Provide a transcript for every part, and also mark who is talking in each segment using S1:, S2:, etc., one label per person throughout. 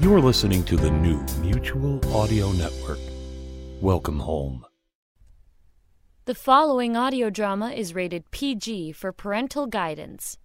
S1: You are listening to the new Mutual Audio Network. Welcome home.
S2: The following audio drama is rated PG for parental guidance.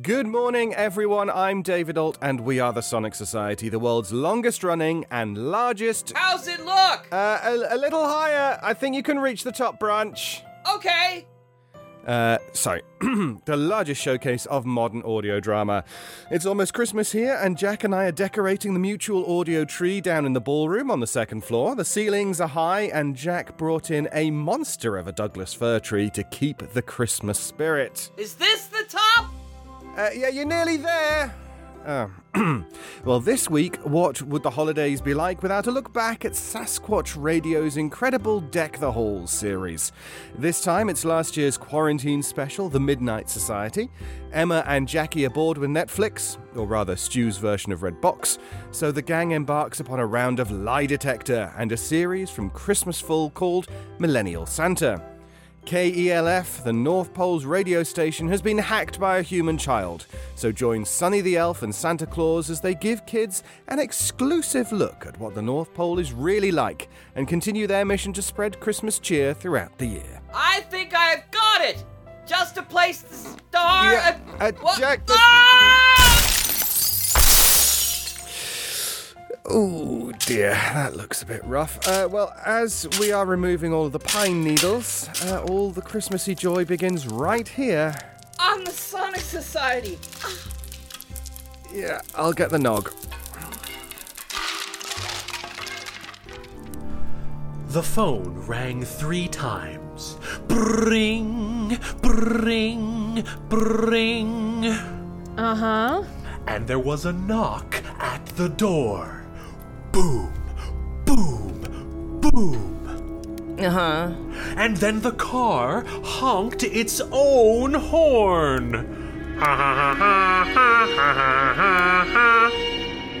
S3: Good morning, everyone. I'm David Alt, and we are the Sonic Society, the world's longest running and largest.
S4: How's it look?
S3: Uh, a, a little higher. I think you can reach the top branch.
S4: Okay.
S3: Uh, sorry. the largest showcase of modern audio drama. It's almost Christmas here, and Jack and I are decorating the mutual audio tree down in the ballroom on the second floor. The ceilings are high, and Jack brought in a monster of a Douglas fir tree to keep the Christmas spirit.
S4: Is this the top?
S3: Uh, yeah, you're nearly there. Oh. well, this week, what would the holidays be like without a look back at Sasquatch Radio's incredible Deck the Halls series? This time, it's last year's quarantine special, The Midnight Society. Emma and Jackie are bored with Netflix, or rather, Stu's version of Red Box, so the gang embarks upon a round of Lie Detector and a series from Christmasful called Millennial Santa. KELF, E the North Pole's radio station, has been hacked by a human child. So join Sonny the Elf and Santa Claus as they give kids an exclusive look at what the North Pole is really like and continue their mission to spread Christmas cheer throughout the year.
S4: I think I've got it. Just to place the star.
S3: Yeah,
S4: uh,
S3: uh,
S4: what-
S3: Jack, the-
S4: Ah!
S3: Oh dear, that looks a bit rough. Uh, well, as we are removing all of the pine needles, uh, all the Christmassy joy begins right here.
S4: I'm the Sonic Society.
S3: Yeah, I'll get the nog.
S5: The phone rang three times. Bring, bring, bring. Uh huh. And there was a knock at the door. Boom, boom, boom.
S6: Uh huh.
S5: And then the car honked its own horn. Ha ha ha ha ha ha ha ha.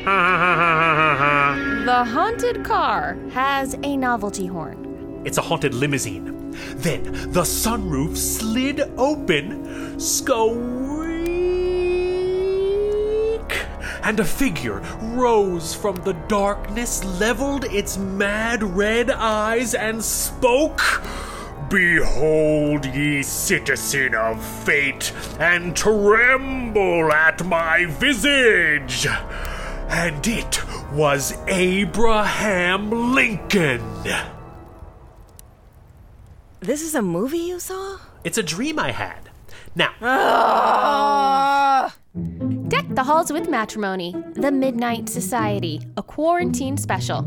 S5: Ha ha ha ha ha ha.
S7: The haunted car has a novelty horn.
S5: It's a haunted limousine. Then the sunroof slid open, squeak, and a figure rose from the darkness, leveled its mad red eyes, and spoke. Behold, ye citizen of fate, and tremble at my visage! And it was Abraham Lincoln!
S6: This is a movie you saw?
S5: It's a dream I had. Now,
S7: Deck the halls with matrimony. The Midnight Society, a quarantine special.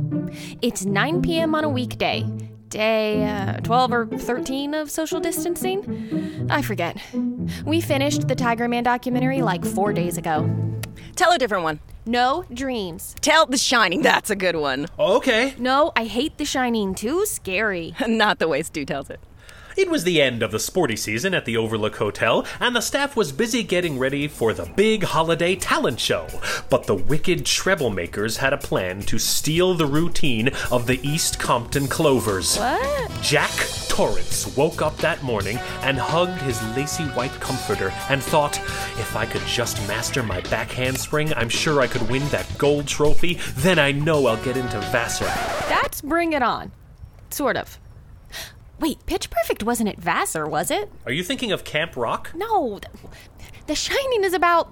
S7: It's 9 p.m. on a weekday. Day uh, 12 or 13 of social distancing? I forget. We finished the Tiger Man documentary like four days ago.
S6: Tell a different one.
S7: No dreams.
S6: Tell The Shining. That's a good one.
S5: okay.
S7: No, I hate The Shining. Too scary.
S6: Not the way Stu tells it.
S5: It was the end of the sporty season at the Overlook Hotel, and the staff was busy getting ready for the big holiday talent show. But the wicked treble makers had a plan to steal the routine of the East Compton Clovers.
S7: What?
S5: Jack Torrance woke up that morning and hugged his lacy white comforter and thought, if I could just master my back handspring, I'm sure I could win that gold trophy. Then I know I'll get into Vassar.
S7: That's Bring It On. Sort of. Wait, Pitch Perfect wasn't at Vassar, was it?
S5: Are you thinking of Camp Rock?
S7: No, th- The Shining is about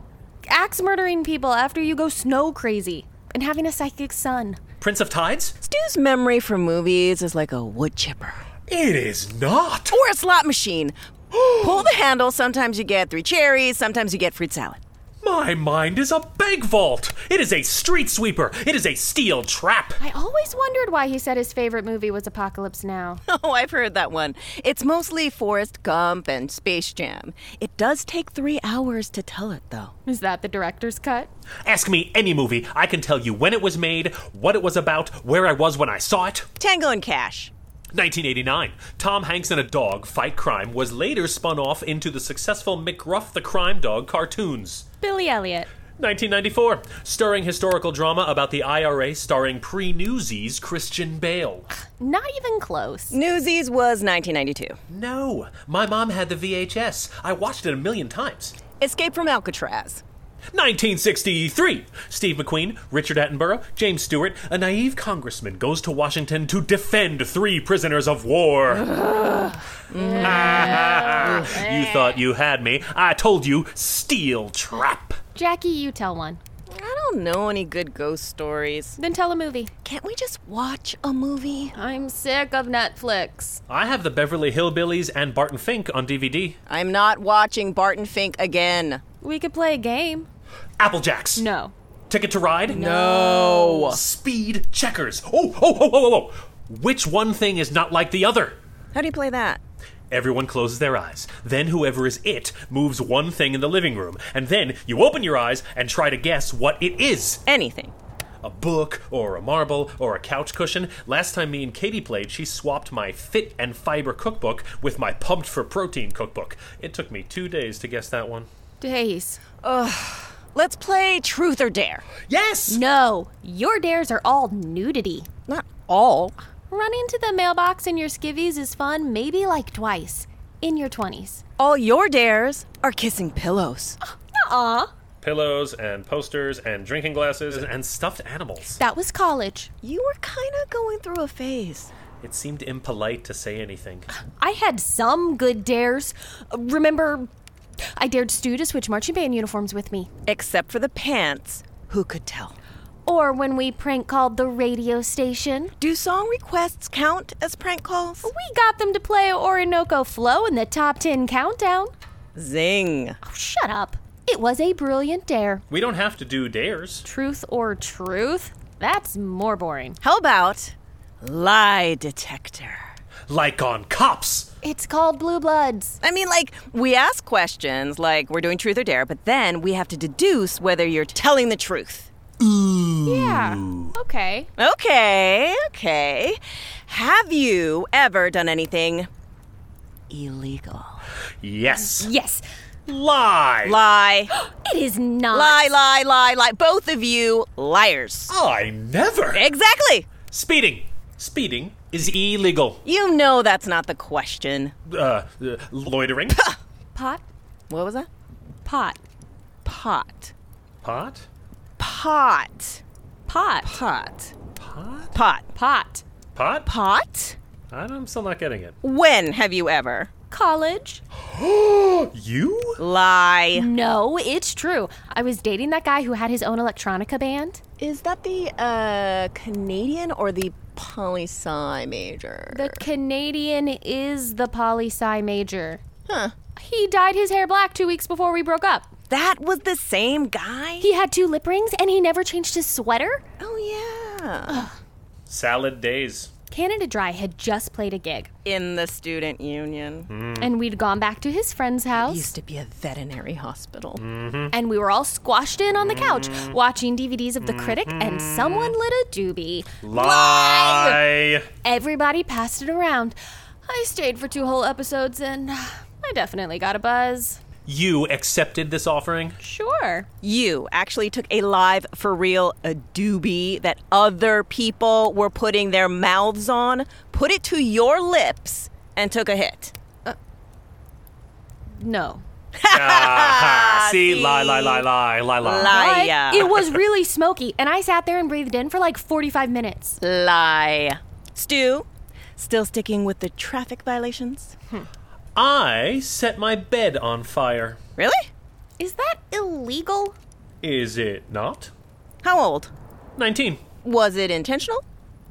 S7: axe murdering people after you go snow crazy and having a psychic son.
S5: Prince of Tides?
S6: Stu's memory for movies is like a wood chipper
S5: It is not.
S6: or a slot machine. Pull the handle, sometimes you get three cherries, sometimes you get fruit salad.
S5: My mind is a bank vault. It is a street sweeper. It is a steel trap.
S7: I always wondered why he said his favorite movie was Apocalypse Now.
S6: Oh, I've heard that one. It's mostly Forrest Gump and Space Jam. It does take three hours to tell it, though.
S7: Is that the director's cut?
S5: Ask me any movie. I can tell you when it was made, what it was about, where I was when I saw it.
S6: Tango and Cash.
S5: 1989. Tom Hanks and a dog fight crime was later spun off into the successful McGruff the Crime Dog cartoons.
S7: Billy Elliot.
S5: 1994. Stirring historical drama about the IRA starring pre Newsies Christian Bale.
S7: Not even close.
S6: Newsies was 1992.
S5: No, my mom had the VHS. I watched it a million times.
S6: Escape from Alcatraz.
S5: 1963. Steve McQueen, Richard Attenborough, James Stewart, a naive congressman goes to Washington to defend three prisoners of war. you thought you had me. I told you, steel trap.
S7: Jackie, you tell one.
S6: I don't know any good ghost stories.
S7: Then tell a movie.
S6: Can't we just watch a movie?
S7: I'm sick of Netflix.
S5: I have the Beverly Hillbillies and Barton Fink on DVD.
S6: I'm not watching Barton Fink again.
S7: We could play a game.
S5: Applejacks.
S7: No.
S5: Ticket to Ride.
S6: No.
S5: Speed checkers. Oh, oh, oh, oh, oh, oh. Which one thing is not like the other?
S6: How do you play that?
S5: Everyone closes their eyes. Then whoever is it moves one thing in the living room. And then you open your eyes and try to guess what it is
S6: Anything.
S5: a book, or a marble, or a couch cushion. Last time me and Katie played, she swapped my Fit and Fiber cookbook with my Pumped for Protein cookbook. It took me two days to guess that one.
S7: Days.
S6: Let's play Truth or Dare.
S5: Yes!
S7: No. Your dares are all nudity.
S6: Not all.
S7: Running to the mailbox in your skivvies is fun maybe like twice in your 20s.
S6: All your dares are kissing pillows.
S7: Aw.
S5: Pillows and posters and drinking glasses and stuffed animals.
S7: That was college.
S6: You were kind of going through a phase.
S5: It seemed impolite to say anything.
S7: I had some good dares. Remember, I dared Stu to switch marching band uniforms with me.
S6: Except for the pants. Who could tell?
S7: Or when we prank called the radio station.
S6: Do song requests count as prank calls?
S7: We got them to play Orinoco Flow in the top 10 countdown.
S6: Zing.
S7: Oh, shut up. It was a brilliant dare.
S5: We don't have to do dares.
S7: Truth or truth? That's more boring.
S6: How about lie detector?
S5: Like on cops!
S7: It's called Blue Bloods.
S6: I mean, like, we ask questions like we're doing truth or dare, but then we have to deduce whether you're telling the truth.
S7: Yeah. Okay.
S6: Okay, okay. Have you ever done anything illegal?
S5: Yes.
S7: Yes.
S5: Lie.
S6: Lie,
S7: It is not.
S6: lie, lie, lie, lie. Both of you liars.
S5: I never.
S6: Exactly.
S5: Speeding. Speeding is illegal.
S6: You know that's not the question.
S5: Uh, uh loitering.
S7: Pot?
S6: What was that?
S7: Pot.
S6: Pot.
S5: Pot.
S6: Pot.
S7: Pot.
S6: Pot.
S5: Pot.
S6: Pot.
S7: Pot.
S5: Pot.
S6: Pot?
S5: I don't- I'm still not getting it.
S6: When have you ever?
S7: College?
S5: You?
S6: Lie.
S7: No, it's true. I was dating that guy who had his own electronica band.
S6: Is that the uh, Canadian or the poli sci major?
S7: The Canadian is the poli sci major. Huh. He dyed his hair black two weeks before we broke up.
S6: That was the same guy?
S7: He had two lip rings and he never changed his sweater.
S6: Oh, yeah.
S5: Salad days.
S7: Canada Dry had just played a gig,
S6: In the student union.
S7: and we'd gone back to his friend's house,
S6: Used to be a veterinary hospital.
S7: and we were all squashed in on the couch, watching DVDs of The Critic, and someone lit a doobie.
S5: Lie.
S7: Everybody passed it around. I stayed for two whole episodes, and I definitely got a buzz.
S5: You accepted this offering?
S7: Sure.
S6: You actually took a live, for real, a doobie that other people were putting their mouths on, put it to your lips, and took a hit.
S7: No.
S5: Ah, see, lie, lie, lie, lie, lie, lie.
S6: Lie.
S7: But it was really smoky, and I sat there and breathed in for like 45 minutes.
S6: Lie. Stu, still sticking with the traffic violations?
S5: I set my bed on fire.
S6: Really?
S7: Is that illegal?
S5: Is it not?
S6: How old?
S5: 19.
S6: Was it intentional?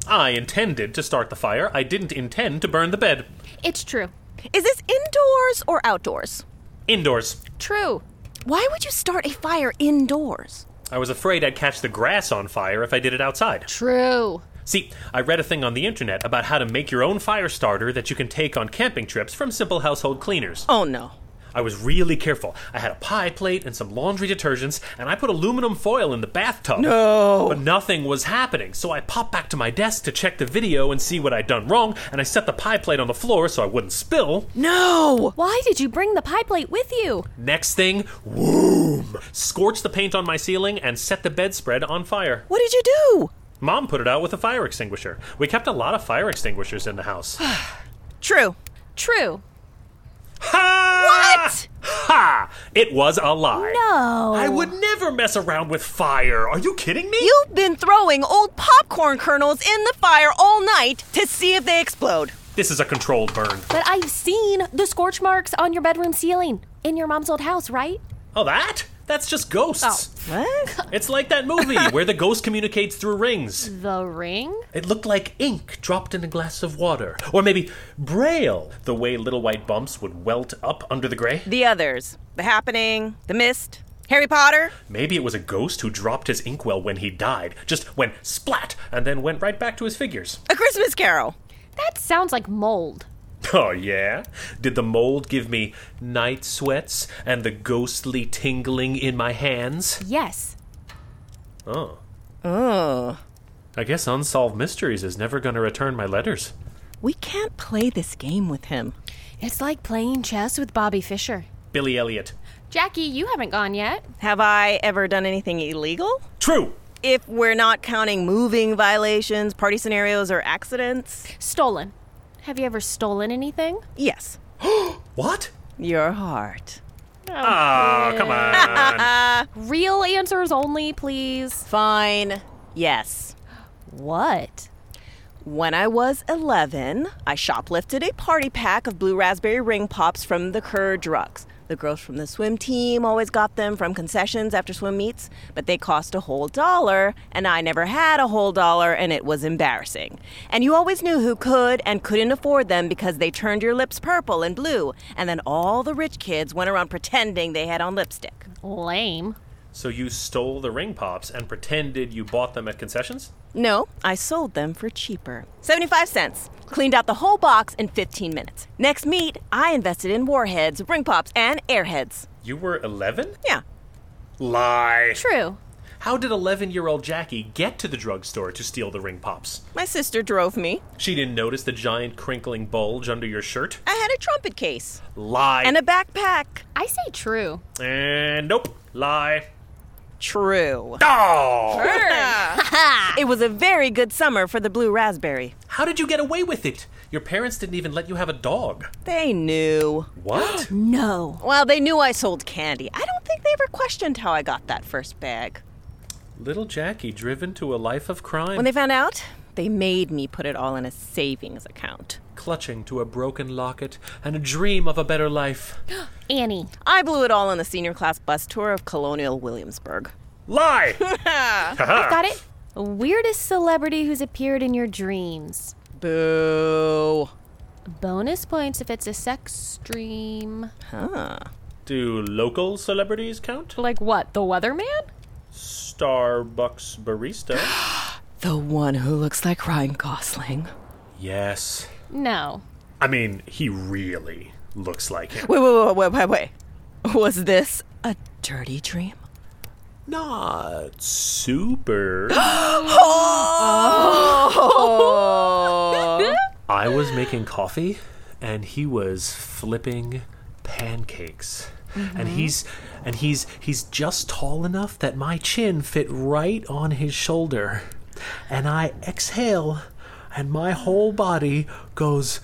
S5: I intended to start the fire. I didn't intend to burn the bed.
S7: It's true.
S6: Is this indoors or outdoors?
S5: Indoors.
S7: True.
S6: Why would you start a fire indoors?
S5: I was afraid I'd catch the grass on fire if I did it outside.
S7: True.
S5: See, I read a thing on the internet about how to make your own fire starter that you can take on camping trips from simple household cleaners.
S6: Oh no.
S5: I was really careful. I had a pie plate and some laundry detergents, and I put aluminum foil in the bathtub. No! But nothing was happening, so I popped back to my desk to check the video and see what I'd done wrong, and I set the pie plate on the floor so I wouldn't spill.
S6: No!
S7: Why did you bring the pie plate with you?
S5: Next thing, whoom! Scorched the paint on my ceiling and set the bedspread on fire.
S6: What did you do?
S5: Mom put it out with a fire extinguisher. We kept a lot of fire extinguishers in the house.
S6: True.
S7: True.
S5: ha!
S6: What?
S5: Ha! It was a lie.
S7: No.
S5: I would never mess around with fire. Are you kidding me?
S6: You've been throwing old popcorn kernels in the fire all night to see if they explode.
S5: This is a controlled burn.
S7: But I've seen the scorch marks on your bedroom ceiling in your mom's old house, right?
S5: Oh, that? That's just ghosts.
S6: Oh. What?
S5: It's like that movie where the ghost communicates through rings.
S7: The ring?
S5: It looked like ink dropped in a glass of water. Or maybe braille, the way little white bumps would welt up under the gray.
S6: The others. The happening, the mist, Harry Potter.
S5: Maybe it was a ghost who dropped his inkwell when he died, just went splat, and then went right back to his figures.
S6: A Christmas Carol.
S7: That sounds like mold.
S5: Oh, yeah? Did the mold give me night sweats and the ghostly tingling in my hands?
S7: Yes.
S5: Oh.
S6: Oh.
S5: I guess Unsolved Mysteries is never going to return my letters.
S6: We can't play this game with him.
S7: It's like playing chess with Bobby Fischer.
S5: Billy Elliot.
S7: Jackie, you haven't gone yet.
S6: Have I ever done anything illegal?
S5: True!
S6: If we're not counting moving violations, party scenarios, or accidents?
S7: Stolen. Have you ever stolen anything?
S6: Yes.
S5: What?
S6: Your heart.
S5: Oh, come on.
S7: Real answers only, please.
S6: Fine. Yes.
S7: What?
S6: When I was 11, I shoplifted a party pack of blue raspberry ring pops from the Kerr Drugs. The girls from the swim team always got them from concessions after swim meets, but they cost a whole dollar, and I never had a whole dollar, and it was embarrassing. And you always knew who could and couldn't afford them because they turned your lips purple and blue, and then all the rich kids went around pretending they had on lipstick.
S7: Lame.
S5: so you stole the ring pops and pretended you bought them at concessions?
S6: No, I sold them for cheaper. 75 cents. Cleaned out the whole box in 15 minutes. Next meet, I invested in warheads, ring pops, and airheads.
S5: You were 11?
S6: Yeah.
S5: Lie.
S7: True.
S5: How did 11 year old Jackie get to the drugstore to steal the ring pops?
S6: My sister drove me.
S5: She didn't notice the giant crinkling bulge under your shirt?
S6: I had a trumpet case
S5: Lie.
S6: and a backpack.
S7: I say true.
S5: And nope. Lie.
S6: True.
S5: Oh!
S6: It was a very good summer for the blue raspberry.
S5: How did you get away with it? Your parents didn't even let you have a dog.
S6: They knew.
S5: What?
S7: No.
S6: Well, they knew I sold candy. I don't think they ever questioned how I got that first bag.
S5: Little Jackie driven to a life of crime,
S6: When they found out, they made me put it all in a savings account.
S5: clutching to a broken locket and a dream of a better life.
S7: Annie.
S6: I blew it all on the senior class bus tour of Colonial Williamsburg.
S5: Lie!
S7: Got it? Weirdest celebrity who's appeared in your dreams.
S6: Boo.
S7: Bonus points if it's a sex dream.
S5: Do local celebrities count?
S7: Like what? The weatherman?
S5: Starbucks barista?
S6: The one who looks like Ryan Gosling.
S5: yes.
S7: No.
S5: I mean, he really looks like him.
S6: Wait, wait, wait, wait, wait, wait. Was this a dirty dream?
S5: Not super. I was making coffee and he was flipping pancakes. And he's and he's he's just tall enough that my chin fit right on his shoulder. And I exhale and my whole body goes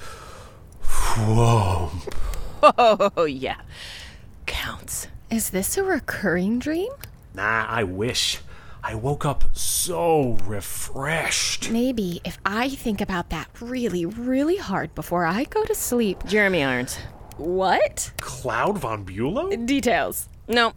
S5: whoa.
S6: Oh, yeah. Counts.
S7: Is this a recurring dream?
S5: Nah, I wish. I woke up so refreshed.
S7: Maybe if I think about that really, really hard before I go to sleep.
S6: Jeremy Irons.
S7: What?
S5: Cloud von Bulow?
S7: Details.
S6: No.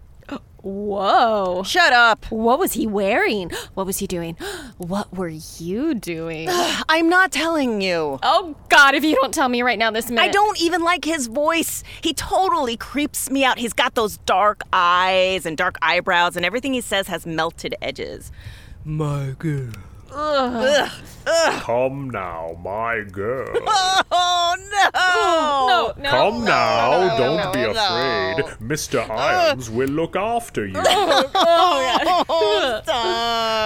S7: Whoa.
S6: Shut up.
S7: What was he wearing? What was he doing? What were you doing?
S6: I'm not telling you.
S7: oh, God, if you don't tell me right now this minute.
S6: I don't even like his voice. He totally creeps me out. He's got those dark eyes and dark eyebrows, and everything he says has melted edges.
S5: My girl. Come now, my girl.
S6: Oh, no.
S7: No, no.
S5: Come now, don't be afraid. Mr. Irons will look after you.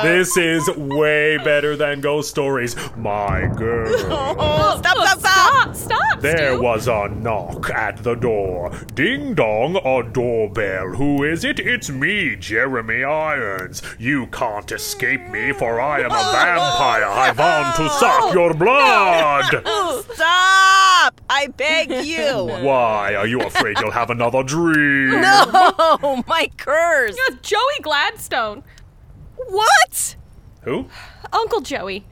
S5: This is way better than ghost stories. My girl.
S6: Oh, stop, stop, stop!
S7: Stop!
S5: There was a knock at the door. Ding dong, a doorbell. Who is it? It's me, Jeremy Irons. You can't escape me, for I am a vampire. I want to suck your blood.
S6: Stop! I beg you!
S5: Why are you afraid you'll have another dream?
S6: Oh, my curse!
S7: Steve. Joey Gladstone.
S6: What?
S5: Who?
S7: Uncle Joey.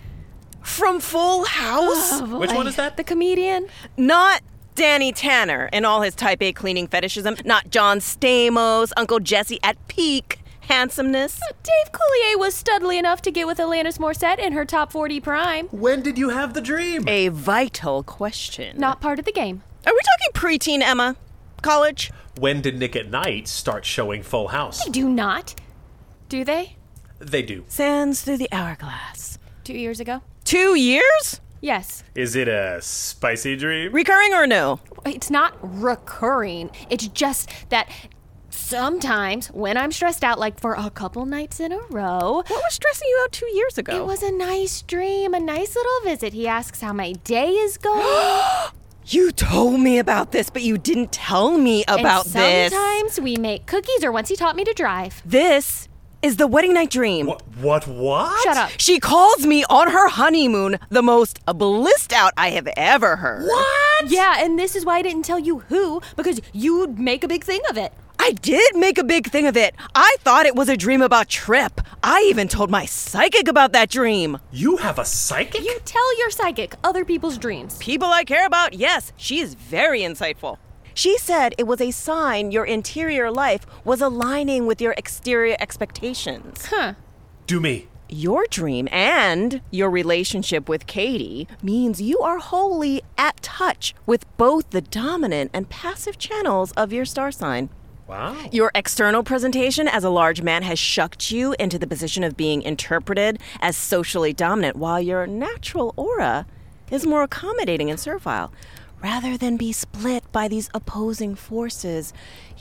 S6: From Full House?
S5: Which one is that?
S7: The comedian.
S6: Not Danny Tanner and all his type A cleaning fetishism. Not John Stamos, Uncle Jesse at peak handsomeness.
S7: Dave Coulier was studly enough to get with Alanis Morissette in her top 40 prime.
S8: When did you have the dream?
S6: A vital question.
S7: Not part of the game.
S6: Are we talking preteen, Emma? College?
S5: When did Nick at Night start showing Full House?
S7: Do not. Do they?
S5: They do.
S6: Sands through the hourglass.
S7: Two years ago?
S6: Two years?
S7: Yes.
S5: Is it a spicy dream?
S6: Recurring or no?
S7: It's not recurring. It's just that sometimes when I'm stressed out, like for a couple nights in a row,
S6: What was stressing you out two years ago?
S7: it was a nice dream, a nice little visit. He asks how my day is going.
S6: You told me about this, but you didn't tell me about
S7: and
S6: this.
S7: sometimes we make cookies, or once he taught me to drive.
S6: This is the wedding night dream.
S5: What? What? What?
S7: Shut up.
S6: She calls me on her honeymoon the most blissed out I have ever heard. What?
S7: Yeah, and this is why I didn't tell you who, because you'd make a big thing of it.
S6: I did make a big thing of it. I thought it was a dream about Trip. I even told my psychic about that dream.
S5: You have a psychic?
S7: You tell your psychic other people's dreams.
S6: People I care about, yes, she is very insightful. She said it was a sign your interior life was aligning with your exterior expectations.
S7: Huh.
S5: Do me.
S6: Your dream and your relationship with Katie means you are wholly at touch with both the dominant and passive channels of your star sign.
S5: Wow.
S6: Your external presentation as a large man has shucked you into the position of being interpreted as socially dominant, while your natural aura is more accommodating and servile. Rather than be split by these opposing forces,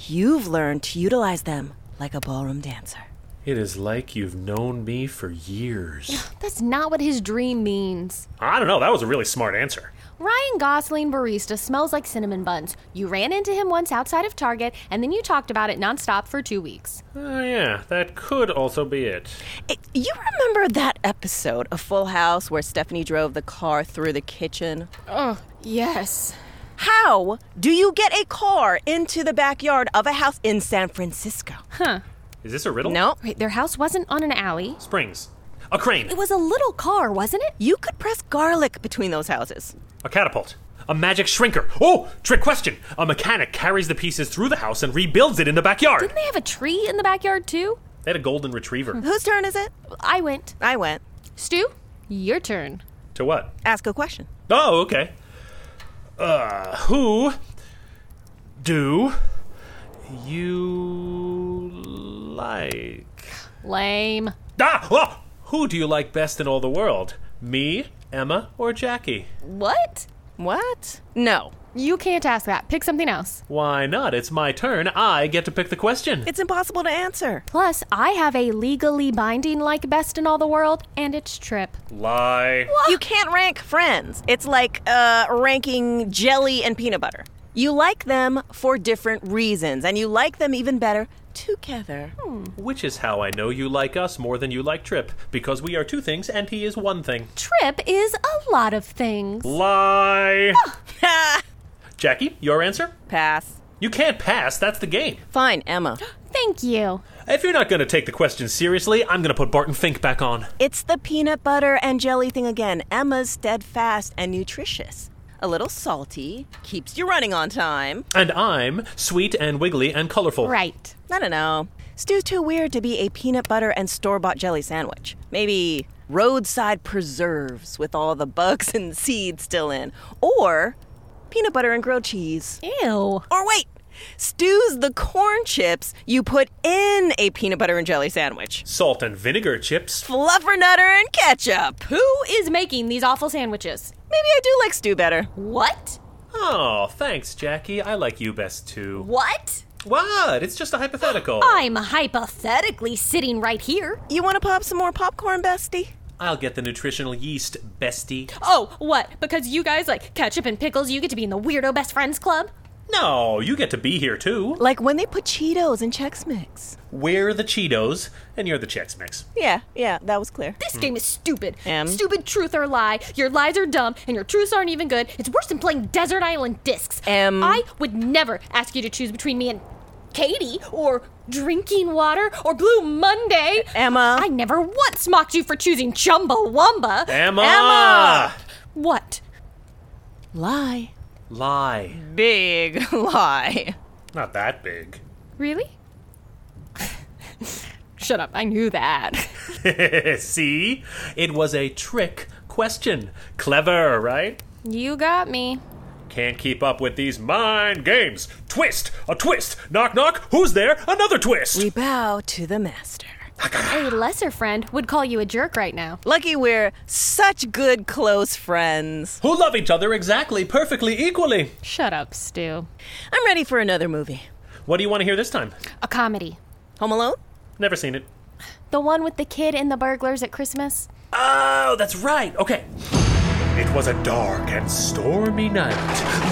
S6: you've learned to utilize them like a ballroom dancer.
S5: It is like you've known me for years.
S7: That's not what his dream means.
S5: I don't know. That was a really smart answer.
S7: Ryan Gosling barista smells like cinnamon buns. You ran into him once outside of Target, and then you talked about it nonstop for two weeks.
S5: Oh, yeah. That could also be it.
S6: It- Eh, you remember that episode of Full House where Stephanie drove the car through the kitchen?
S7: Oh, Yes.
S6: How do you get a car into the backyard of a house in San Francisco?
S5: Is this a riddle?
S6: No,
S7: Wait, their house wasn't on an alley.
S5: Springs. A crane.
S7: It was a little car, wasn't it?
S6: you could press garlic between those houses.
S5: A catapult. A magic shrinker. Oh, trick question. A mechanic carries the pieces through the house and rebuilds it in the backyard.
S7: Didn't they have a tree in the backyard, too?
S5: They had a golden retriever.
S6: Whose turn is it?
S7: I went.
S6: I went.
S7: Stu, your turn.
S5: to what?
S6: Ask a question.
S5: Oh, okay. Uh, who do you like?
S7: Lame.
S5: Ah, oh, who do you like best in all the world? Me, Emma, or Jackie?
S7: What?
S6: What? No.
S7: You can't ask that. Pick something else.
S5: Why not? It's my turn. I get to pick the question.
S6: It's impossible to answer.
S7: Plus, I have a legally binding like best in all the world, and it's Trip.
S5: Lie.
S6: You can't rank friends. It's like uh, ranking jelly and peanut butter. You like them for different reasons, and you like them even better together. Hmm,
S5: Which is how I know you like us more than you like Trip, because we are two things and he is one thing.
S7: Trip is a lot of things.
S5: Lie. Jackie, your answer?
S6: Pass.
S5: You can't pass. That's the game.
S6: Fine, Emma.
S7: Thank you.
S5: If you're not going to take the question seriously, I'm going to put Barton Fink back on.
S6: It's the peanut butter and jelly thing again. Emma's steadfast and nutritious. A little salty, keeps you running on time.
S5: And I'm sweet and wiggly and colorful.
S7: Right.
S6: I don't know. Stew's too weird to be a peanut butter and store bought jelly sandwich. Maybe roadside preserves with all the bugs and seeds still in. Or peanut butter and grilled cheese.
S7: Ew.
S6: Or wait, Stew's the corn chips you put in a peanut butter and jelly sandwich.
S5: Salt and vinegar chips.
S6: Fluffernutter and ketchup.
S7: Who is making these awful sandwiches?
S6: Maybe I do like Stew better.
S7: What?
S5: Oh, thanks, Jackie. I like you best too.
S8: What?
S5: What? It's just a hypothetical.
S8: I'm hypothetically sitting right here.
S6: You want to pop some more popcorn, bestie?
S5: I'll get the nutritional yeast, bestie.
S7: Oh, what? Because you guys like ketchup and pickles, you get to be in the weirdo best friends club?
S5: No, you get to be here too.
S6: Like when they put Cheetos in Chex Mix.
S5: We're the Cheetos, and you're the Chex Mix.
S6: Yeah, yeah, that was clear.
S7: This game is stupid.
S6: Em?
S7: Stupid truth or lie. Your lies are dumb, and your truths aren't even good. It's worse than playing Desert Island Discs.
S6: Em?
S7: I would never ask you to choose between me and Katie, or drinking water, or Blue Monday.
S6: Emma.
S7: I never once mocked you for choosing Chumbawamba.
S5: Emma!
S6: Emma!
S7: What?
S6: Lie.
S5: Lie.
S6: Big lie.
S5: Not that big.
S7: Really? Shut up. I knew that.
S5: See? It was a trick question. Clever, right?
S7: You got me.
S5: Can't keep up with these mind games. Twist! A twist! Knock, knock! Who's there? Another twist!
S6: We bow to the master.
S7: A lesser friend would call you a jerk right now.
S6: Lucky we're such good close friends.
S5: Who love each other exactly, perfectly, equally.
S7: Shut up, Stu.
S6: I'm ready for another movie.
S5: What do you want to hear this time?
S7: A comedy.
S6: Home Alone?
S5: Never seen it.
S7: The one with the kid and the burglars at Christmas?
S5: Oh, that's right. Okay. It was a dark and stormy night.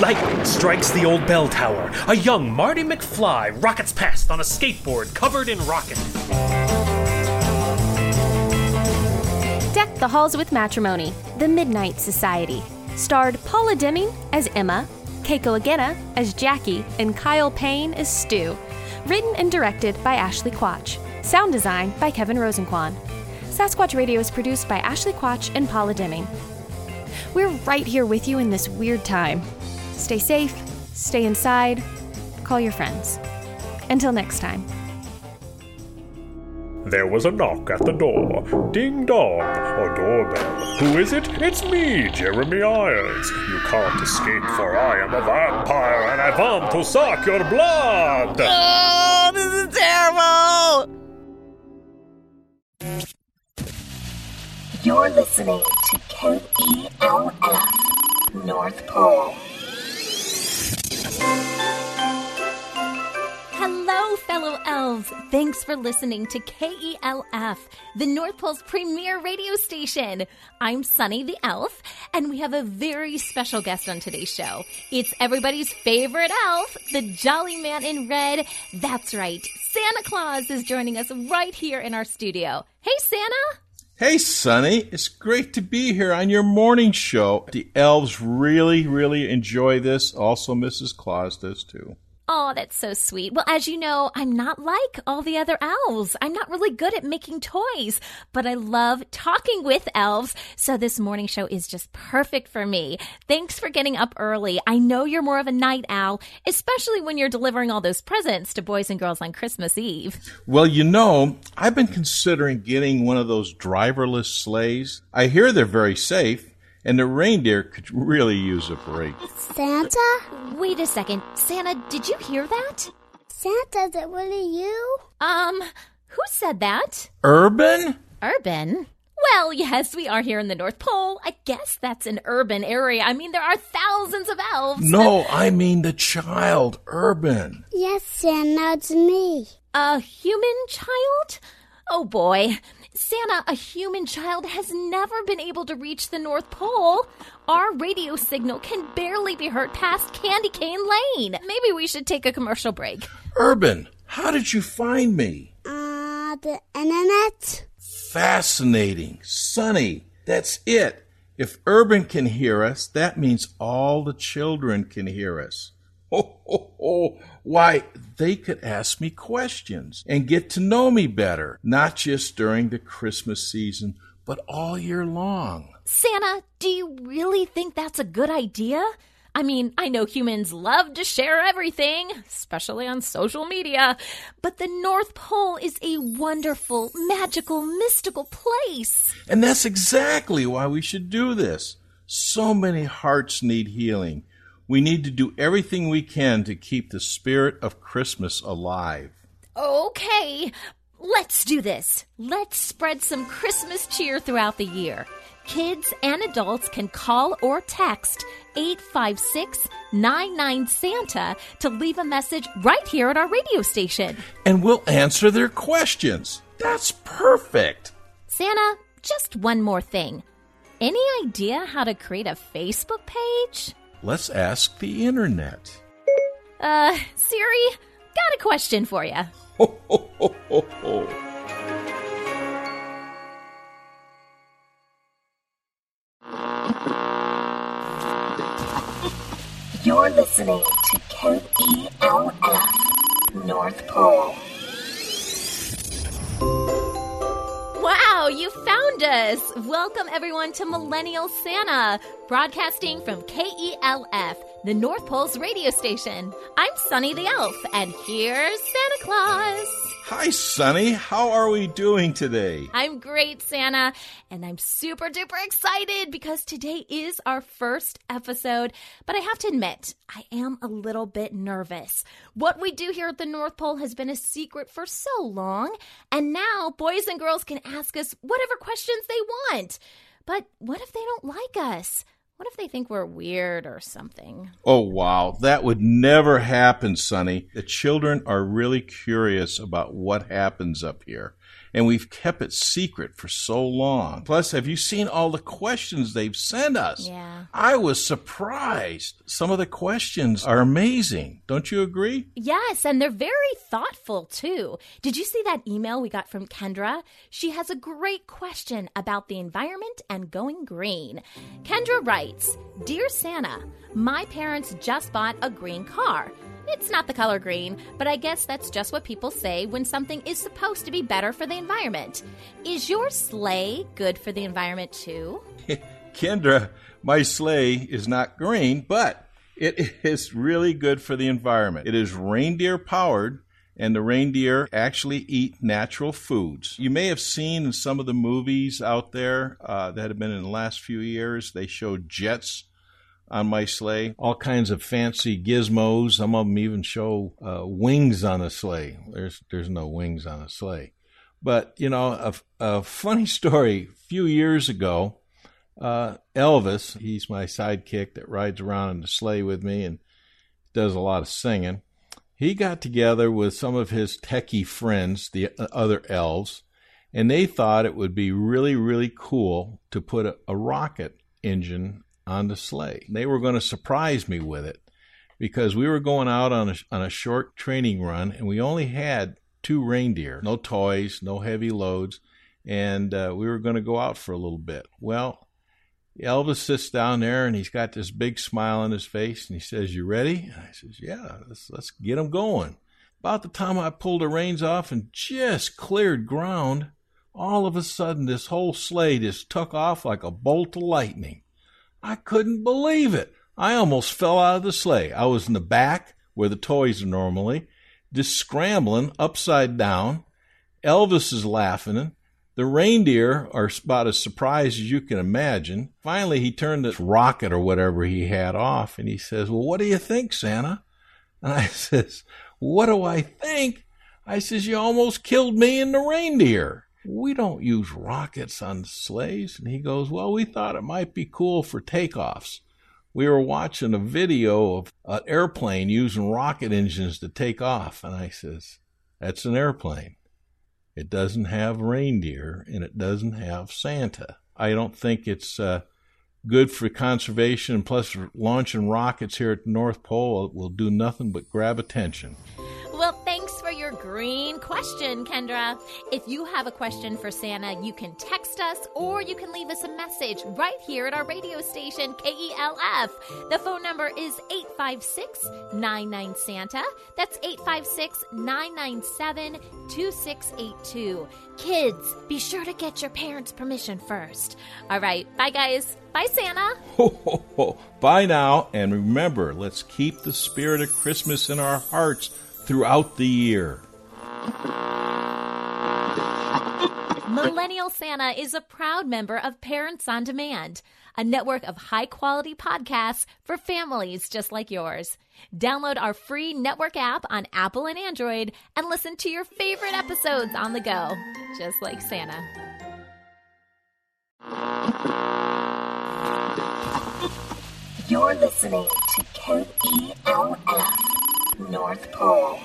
S5: Lightning strikes the old bell tower. A young Marty McFly rockets past on a skateboard covered in rocket.
S7: Deck the Halls with Matrimony, The Midnight Society. Starred Paula Deming as Emma, Keiko Agena as Jackie, and Kyle Payne as Stu. Written and directed by Ashley Quach. Sound design by Kevin Rosenquan. Sasquatch Radio is produced by Ashley Quach and Paula Deming. We're right here with you in this weird time. Stay safe, stay inside, call your friends. Until next time.
S1: There was a knock at the door. Ding dong, a doorbell. Who is it? It's me, Jeremy Irons. You can't escape, for I am a vampire and I want to suck your blood!
S6: Oh, this is terrible!
S9: You're listening to KELF North Pole.
S8: Hello, fellow elves. Thanks for listening to KELF, the North Pole's premier radio station. I'm Sunny the Elf, and we have a very special guest on today's show. It's everybody's favorite elf, the Jolly Man in Red. That's right, Santa Claus is joining us right here in our studio. Hey, Santa.
S10: Hey, Sonny. It's great to be here on your morning show. The elves really, really enjoy this. Also, Mrs. Claus does too.
S8: Oh, that's so sweet. Well, as you know, I'm not like all the other elves. I'm not really good at making toys, but I love talking with elves. So this morning show is just perfect for me. Thanks for getting up early. I know you're more of a night owl, especially when you're delivering all those presents to boys and girls on Christmas Eve.
S10: Well, you know, I've been considering getting one of those driverless sleighs. I hear they're very safe, and the reindeer could really use a break.
S9: Santa?
S8: Wait a second. Santa, did you hear that?
S9: Santa, is it really you?
S8: Um, who said that?
S10: Urban?
S8: Urban? Well, yes, we are here in the North Pole. I guess that's an urban area. I mean, there are thousands of elves.
S10: No, I mean the child, Urban.
S9: Yes, Santa, it's me.
S8: A human child? Oh boy. Santa, a human child, has never been able to reach the North Pole. Our radio signal can barely be heard past Candy Cane Lane. Maybe we should take a commercial break.
S10: Urban, how did you find me?
S9: Uh, the internet?
S10: Fascinating. Sunny. That's it. If Urban can hear us, that means all the children can hear us. Ho, ho, ho. Why, they could ask me questions and get to know me better, not just during the Christmas season, but all year long.
S8: Santa, do you really think that's a good idea? I mean, I know humans love to share everything, especially on social media, but the North Pole is a wonderful, magical, mystical place.
S10: And that's exactly why we should do this. So many hearts need healing. We need to do everything we can to keep the spirit of Christmas alive.
S8: Okay, let's do this. Let's spread some Christmas cheer throughout the year. Kids and adults can call or text 856 99 Santa to leave a message right here at our radio station.
S10: And we'll answer their questions. That's perfect.
S8: Santa, just one more thing. Any idea how to create a Facebook page?
S10: Let's ask the internet.
S8: Uh, Siri, got a question for you.
S11: You're listening to KELF North Pole.
S8: Wow, you found us! Welcome everyone to Millennial Santa, broadcasting from KELF, the North Pole's radio station. I'm Sunny the Elf, and here's Santa Claus.
S10: Hi, Sonny. How are we doing today?
S8: I'm great, Santa, and I'm super duper excited because today is our first episode. But I have to admit, I am a little bit nervous. What we do here at the North Pole has been a secret for so long, and now boys and girls can ask us whatever questions they want. But what if they don't like us? What if they think we're weird or something?
S10: Oh, wow. That would never happen, Sonny. The children are really curious about what happens up here. And we've kept it secret for so long. Plus, have you seen all the questions they've sent us?
S8: Yeah.
S10: I was surprised. Some of the questions are amazing. Don't you agree?
S8: Yes, and they're very thoughtful too. Did you see that email we got from Kendra? She has a great question about the environment and going green. Kendra writes Dear Santa, my parents just bought a green car. It's not the color green, but I guess that's just what people say when something is supposed to be better for the environment. Is your sleigh good for the environment too?
S10: Kendra, my sleigh is not green, but it is really good for the environment. It is reindeer powered, and the reindeer actually eat natural foods. You may have seen in some of the movies out there uh, that have been in the last few years, they show jets on my sleigh, all kinds of fancy gizmos. Some of them even show uh, wings on a sleigh. There's, there's no wings on a sleigh. But, you know, a, a funny story a few years ago, uh, Elvis, he's my sidekick that rides around in the sleigh with me and does a lot of singing. He got together with some of his techie friends, the uh, other elves, and they thought it would be really, really cool to put a, a rocket engine on the sleigh. They were going to surprise me with it because we were going out on a, on a short training run and we only had two reindeer, no toys, no heavy loads, and uh, we were going to go out for a little bit. Well, Elvis sits down there and he's got this big smile on his face and he says, "You ready?" And I says, "Yeah, let's let's get 'em going." About the time I pulled the reins off and just cleared ground, all of a sudden this whole sleigh just took off like a bolt of lightning. I couldn't believe it. I almost fell out of the sleigh. I was in the back where the toys are normally, just scrambling upside down. Elvis is laughing. The reindeer are about as surprised as you can imagine. Finally, he turned this rocket or whatever he had off and he says, Well, what do you think, Santa? And I says, What do I think? I says, You almost killed me and the reindeer. We don't use rockets on sleighs. And he goes, Well, we thought it might be cool for takeoffs. We were watching a video of an airplane using rocket engines to take off. And I says, That's an airplane. It doesn't have reindeer and it doesn't have Santa. I don't think it's uh, good for conservation. Plus, launching rockets here at the North Pole will do nothing but grab attention.
S8: Well, thanks for your green question, Kendra. If you have a question for Santa, you can text us or you can leave us a message right here at our radio station, KELF. The phone number is 856 99 Santa. That's 856 997 2682. Kids, be sure to get your parents' permission first. All right, bye, guys. Bye, Santa.
S10: Ho, ho, ho. Bye now, and remember, let's keep the spirit of Christmas in our hearts throughout the year.
S8: Millennial Santa is a proud member of Parents on Demand, a network of high quality podcasts for families just like yours. Download our free network app on Apple and Android and listen to your favorite episodes on the go, just like Santa.
S11: You're listening to KELF North Pole.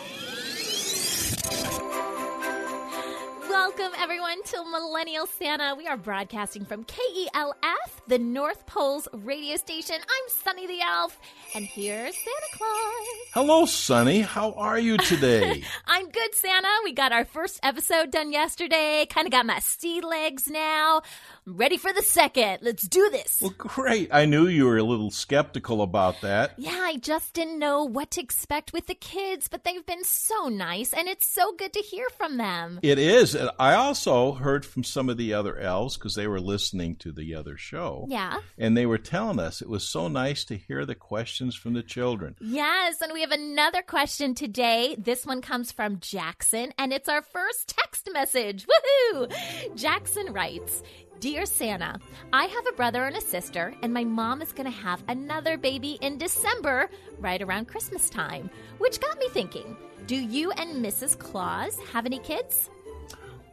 S8: Welcome, everyone, to Millennial Santa. We are broadcasting from KELF, the North Pole's radio station. I'm Sunny the Elf, and here's Santa Claus.
S10: Hello, Sonny. How are you today?
S8: I'm good, Santa. We got our first episode done yesterday. Kind of got my sea legs now. I'm ready for the second. Let's do this.
S10: well, great. I knew you were a little skeptical about that.
S8: Yeah, I just didn't know what to expect with the kids, but they've been so nice, and it's so good to hear from them.
S10: It is. And I also heard from some of the other elves because they were listening to the other show.
S8: Yeah.
S10: And they were telling us it was so nice to hear the questions from the children.
S8: Yes, and we have another question today. This one comes from Jackson, and it's our first text message. Woohoo! Jackson writes Dear Santa, I have a brother and a sister, and my mom is going to have another baby in December, right around Christmas time, which got me thinking Do you and Mrs. Claus have any kids?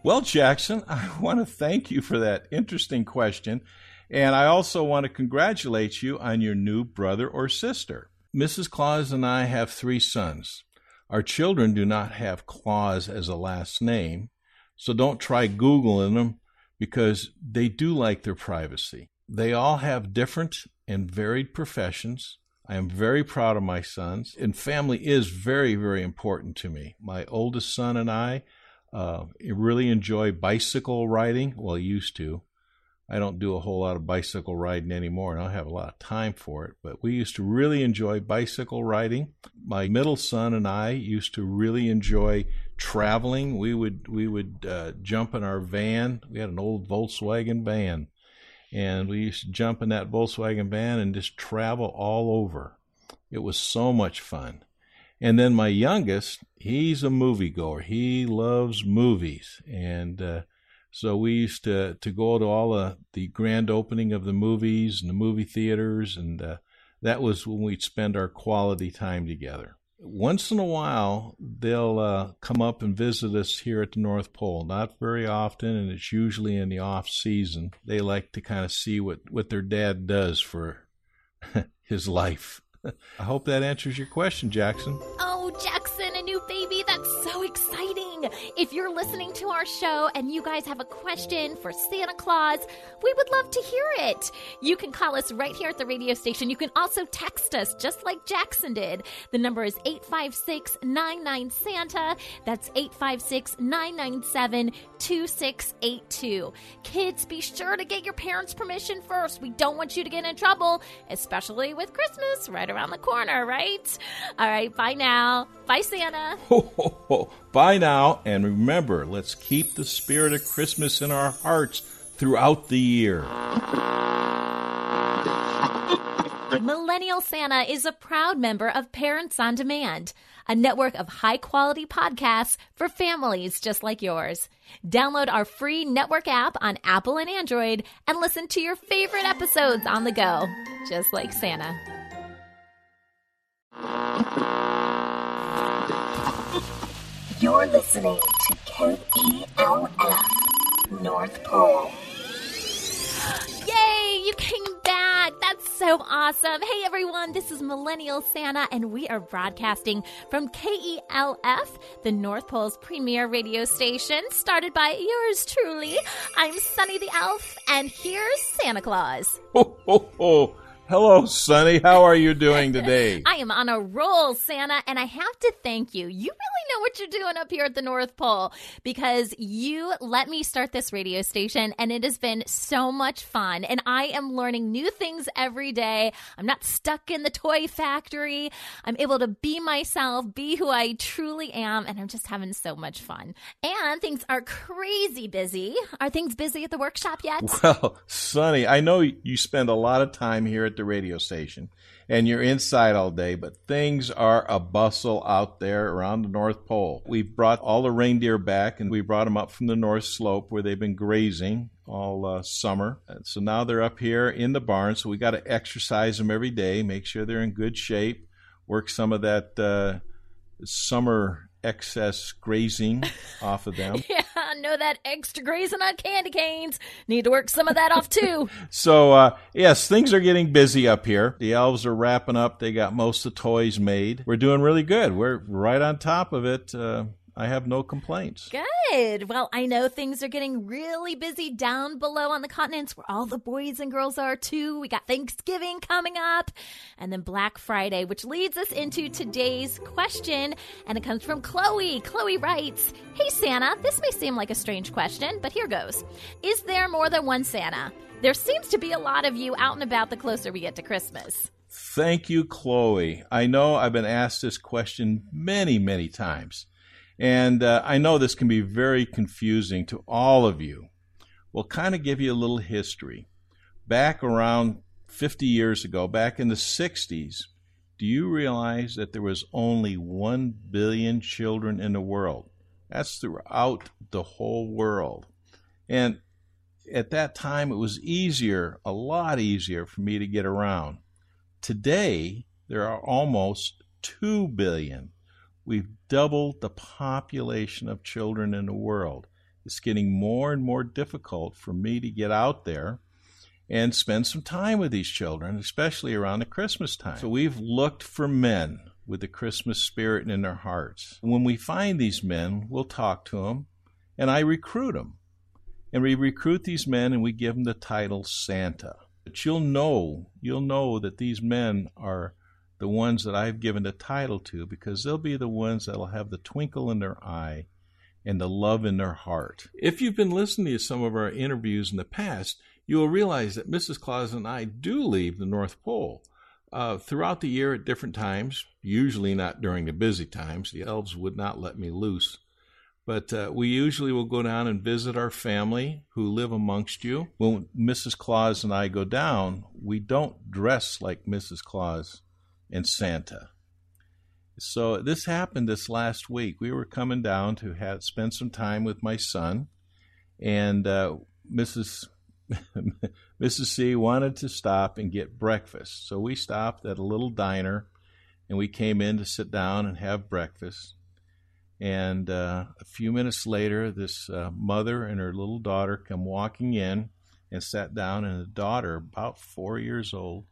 S10: Well, Jackson, I want to thank you for that interesting question. And I also want to congratulate you on your new brother or sister. Mrs. Claus and I have three sons. Our children do not have Claus as a last name, so don't try Googling them because they do like their privacy. They all have different and varied professions. I am very proud of my sons, and family is very, very important to me. My oldest son and I uh, really enjoy bicycle riding. Well, used to. I don't do a whole lot of bicycle riding anymore, and I don't have a lot of time for it. But we used to really enjoy bicycle riding. My middle son and I used to really enjoy traveling. We would we would uh, jump in our van. We had an old Volkswagen van, and we used to jump in that Volkswagen van and just travel all over. It was so much fun. And then my youngest, he's a moviegoer. He loves movies, and uh, so we used to to go to all the the grand opening of the movies and the movie theaters, and uh, that was when we'd spend our quality time together. Once in a while, they'll uh, come up and visit us here at the North Pole. Not very often, and it's usually in the off season. They like to kind of see what what their dad does for his life. I hope that answers your question, Jackson.
S8: Oh, Jackson, a new baby. That's so exciting. If you're listening to our show and you guys have a question for Santa Claus, we would love to hear it. You can call us right here at the radio station. You can also text us just like Jackson did. The number is 856 99 Santa. That's 856 997 2682. Kids, be sure to get your parents' permission first. We don't want you to get in trouble, especially with Christmas right around the corner, right? All right, bye now. Bye, Santa.
S10: Oh, bye now, and remember, let's keep the spirit of Christmas in our hearts throughout the year.
S8: Millennial Santa is a proud member of Parents on Demand, a network of high quality podcasts for families just like yours. Download our free network app on Apple and Android and listen to your favorite episodes on the go, just like Santa.
S11: You're listening to KELF North Pole.
S8: Yay, you came back. That's so awesome. Hey, everyone, this is Millennial Santa, and we are broadcasting from KELF, the North Pole's premier radio station, started by yours truly. I'm Sunny the Elf, and here's Santa Claus.
S10: Ho, ho, ho. Hello, Sonny. How are you doing today?
S8: I am on a roll, Santa, and I have to thank you. You really know what you're doing up here at the North Pole because you let me start this radio station, and it has been so much fun. And I am learning new things every day. I'm not stuck in the toy factory. I'm able to be myself, be who I truly am, and I'm just having so much fun. And things are crazy busy. Are things busy at the workshop yet?
S10: Well, Sonny, I know you spend a lot of time here at the radio station and you're inside all day, but things are a bustle out there around the North Pole. We've brought all the reindeer back and we brought them up from the North Slope where they've been grazing all uh, summer. And so now they're up here in the barn, so we got to exercise them every day, make sure they're in good shape, work some of that uh, summer excess grazing off of them.
S8: Yeah, I know that extra grazing on candy canes. Need to work some of that off too.
S10: So, uh, yes, things are getting busy up here. The elves are wrapping up. They got most of the toys made. We're doing really good. We're right on top of it. Uh, I have no complaints.
S8: Good. Well, I know things are getting really busy down below on the continents where all the boys and girls are too. We got Thanksgiving coming up and then Black Friday, which leads us into today's question. And it comes from Chloe. Chloe writes Hey, Santa, this may seem like a strange question, but here goes Is there more than one Santa? There seems to be a lot of you out and about the closer we get to Christmas.
S10: Thank you, Chloe. I know I've been asked this question many, many times. And uh, I know this can be very confusing to all of you. We'll kind of give you a little history. Back around 50 years ago, back in the 60s, do you realize that there was only 1 billion children in the world? That's throughout the whole world. And at that time, it was easier, a lot easier for me to get around. Today, there are almost 2 billion we've doubled the population of children in the world. It's getting more and more difficult for me to get out there and spend some time with these children, especially around the Christmas time. So we've looked for men with the Christmas spirit in their hearts. When we find these men, we'll talk to them, and I recruit them. And we recruit these men and we give them the title Santa. But you'll know, you'll know that these men are the ones that I've given the title to because they'll be the ones that'll have the twinkle in their eye and the love in their heart. If you've been listening to some of our interviews in the past, you will realize that Mrs. Claus and I do leave the North Pole. Uh, throughout the year at different times, usually not during the busy times, the elves would not let me loose. But uh, we usually will go down and visit our family who live amongst you. When Mrs. Claus and I go down, we don't dress like Mrs. Claus and Santa. So this happened this last week. We were coming down to have, spend some time with my son, and uh, Mrs. Mrs. C wanted to stop and get breakfast. So we stopped at a little diner, and we came in to sit down and have breakfast. And uh, a few minutes later, this uh, mother and her little daughter come walking in and sat down, and the daughter, about four years old,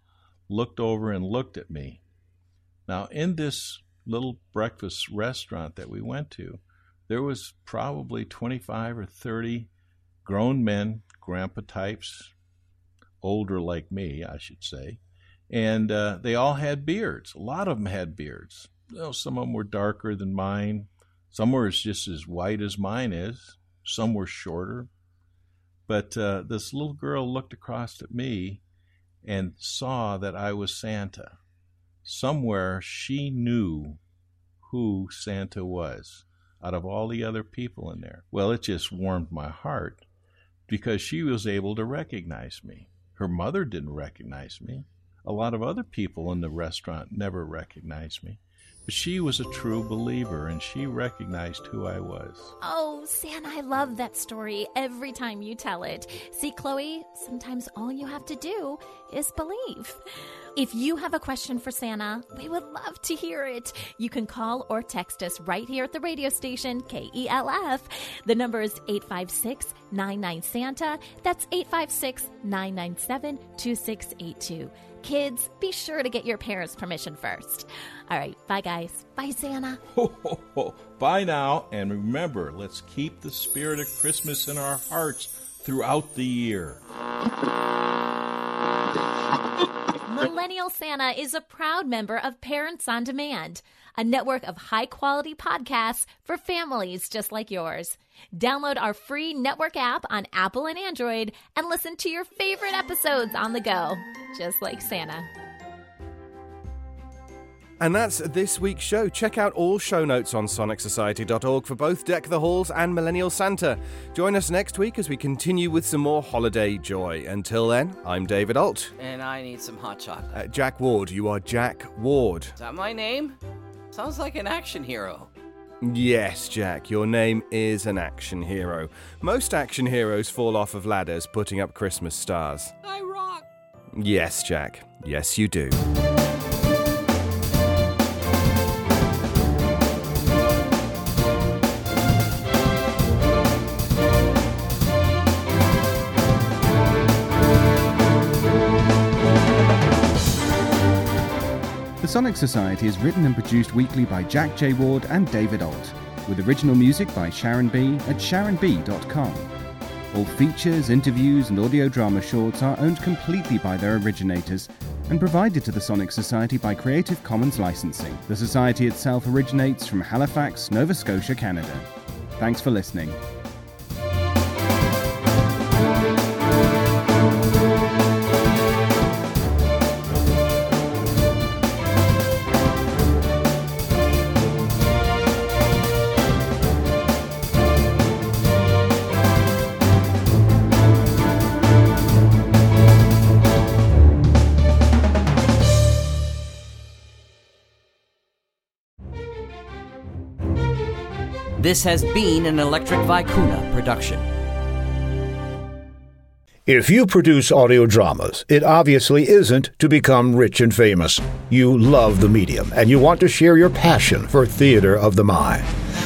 S10: looked over and looked at me. Now, in this little breakfast restaurant that we went to, there was probably 25 or 30 grown men, grandpa types, older like me, I should say, and uh, they all had beards. A lot of them had beards. You know, some of them were darker than mine. Some were just as white as mine is. Some were shorter. But uh, this little girl looked across at me and saw that I was Santa. Somewhere she knew who Santa was out of all the other people in there. Well, it just warmed my heart because she was able to recognize me. Her mother didn't recognize me. A lot of other people in the restaurant never recognized me. But she was a true believer and she recognized who I was.
S8: Oh, Santa, I love that story every time you tell it. See, Chloe, sometimes all you have to do is believe. If you have a question for Santa, we would love to hear it. You can call or text us right here at the radio station, KELF. The number is 856 99 Santa. That's 856 997 2682. Kids, be sure to get your parents' permission first. All right, bye guys. Bye, Santa.
S10: Ho, ho, ho. Bye now, and remember, let's keep the spirit of Christmas in our hearts throughout the year.
S8: Millennial Santa is a proud member of Parents on Demand, a network of high quality podcasts for families just like yours. Download our free network app on Apple and Android and listen to your favorite episodes on the go, just like Santa.
S3: And that's this week's show. Check out all show notes on sonicsociety.org for both Deck the Halls and Millennial Santa. Join us next week as we continue with some more holiday joy. Until then, I'm David Alt.
S4: And I need some hot chocolate.
S3: Uh, Jack Ward, you are Jack Ward.
S4: Is that my name? Sounds like an action hero.
S3: Yes, Jack, your name is an action hero. Most action heroes fall off of ladders putting up Christmas stars.
S4: I rock.
S3: Yes, Jack. Yes, you do. Sonic Society is written and produced weekly by Jack J. Ward and David Alt, with original music by Sharon B. at sharonb.com. All features, interviews, and audio drama shorts are owned completely by their originators and provided to the Sonic Society by Creative Commons licensing. The Society itself originates from Halifax, Nova Scotia, Canada. Thanks for listening.
S12: This has been an Electric Vicuna production.
S13: If you produce audio dramas, it obviously isn't to become rich and famous. You love the medium and you want to share your passion for theater of the mind.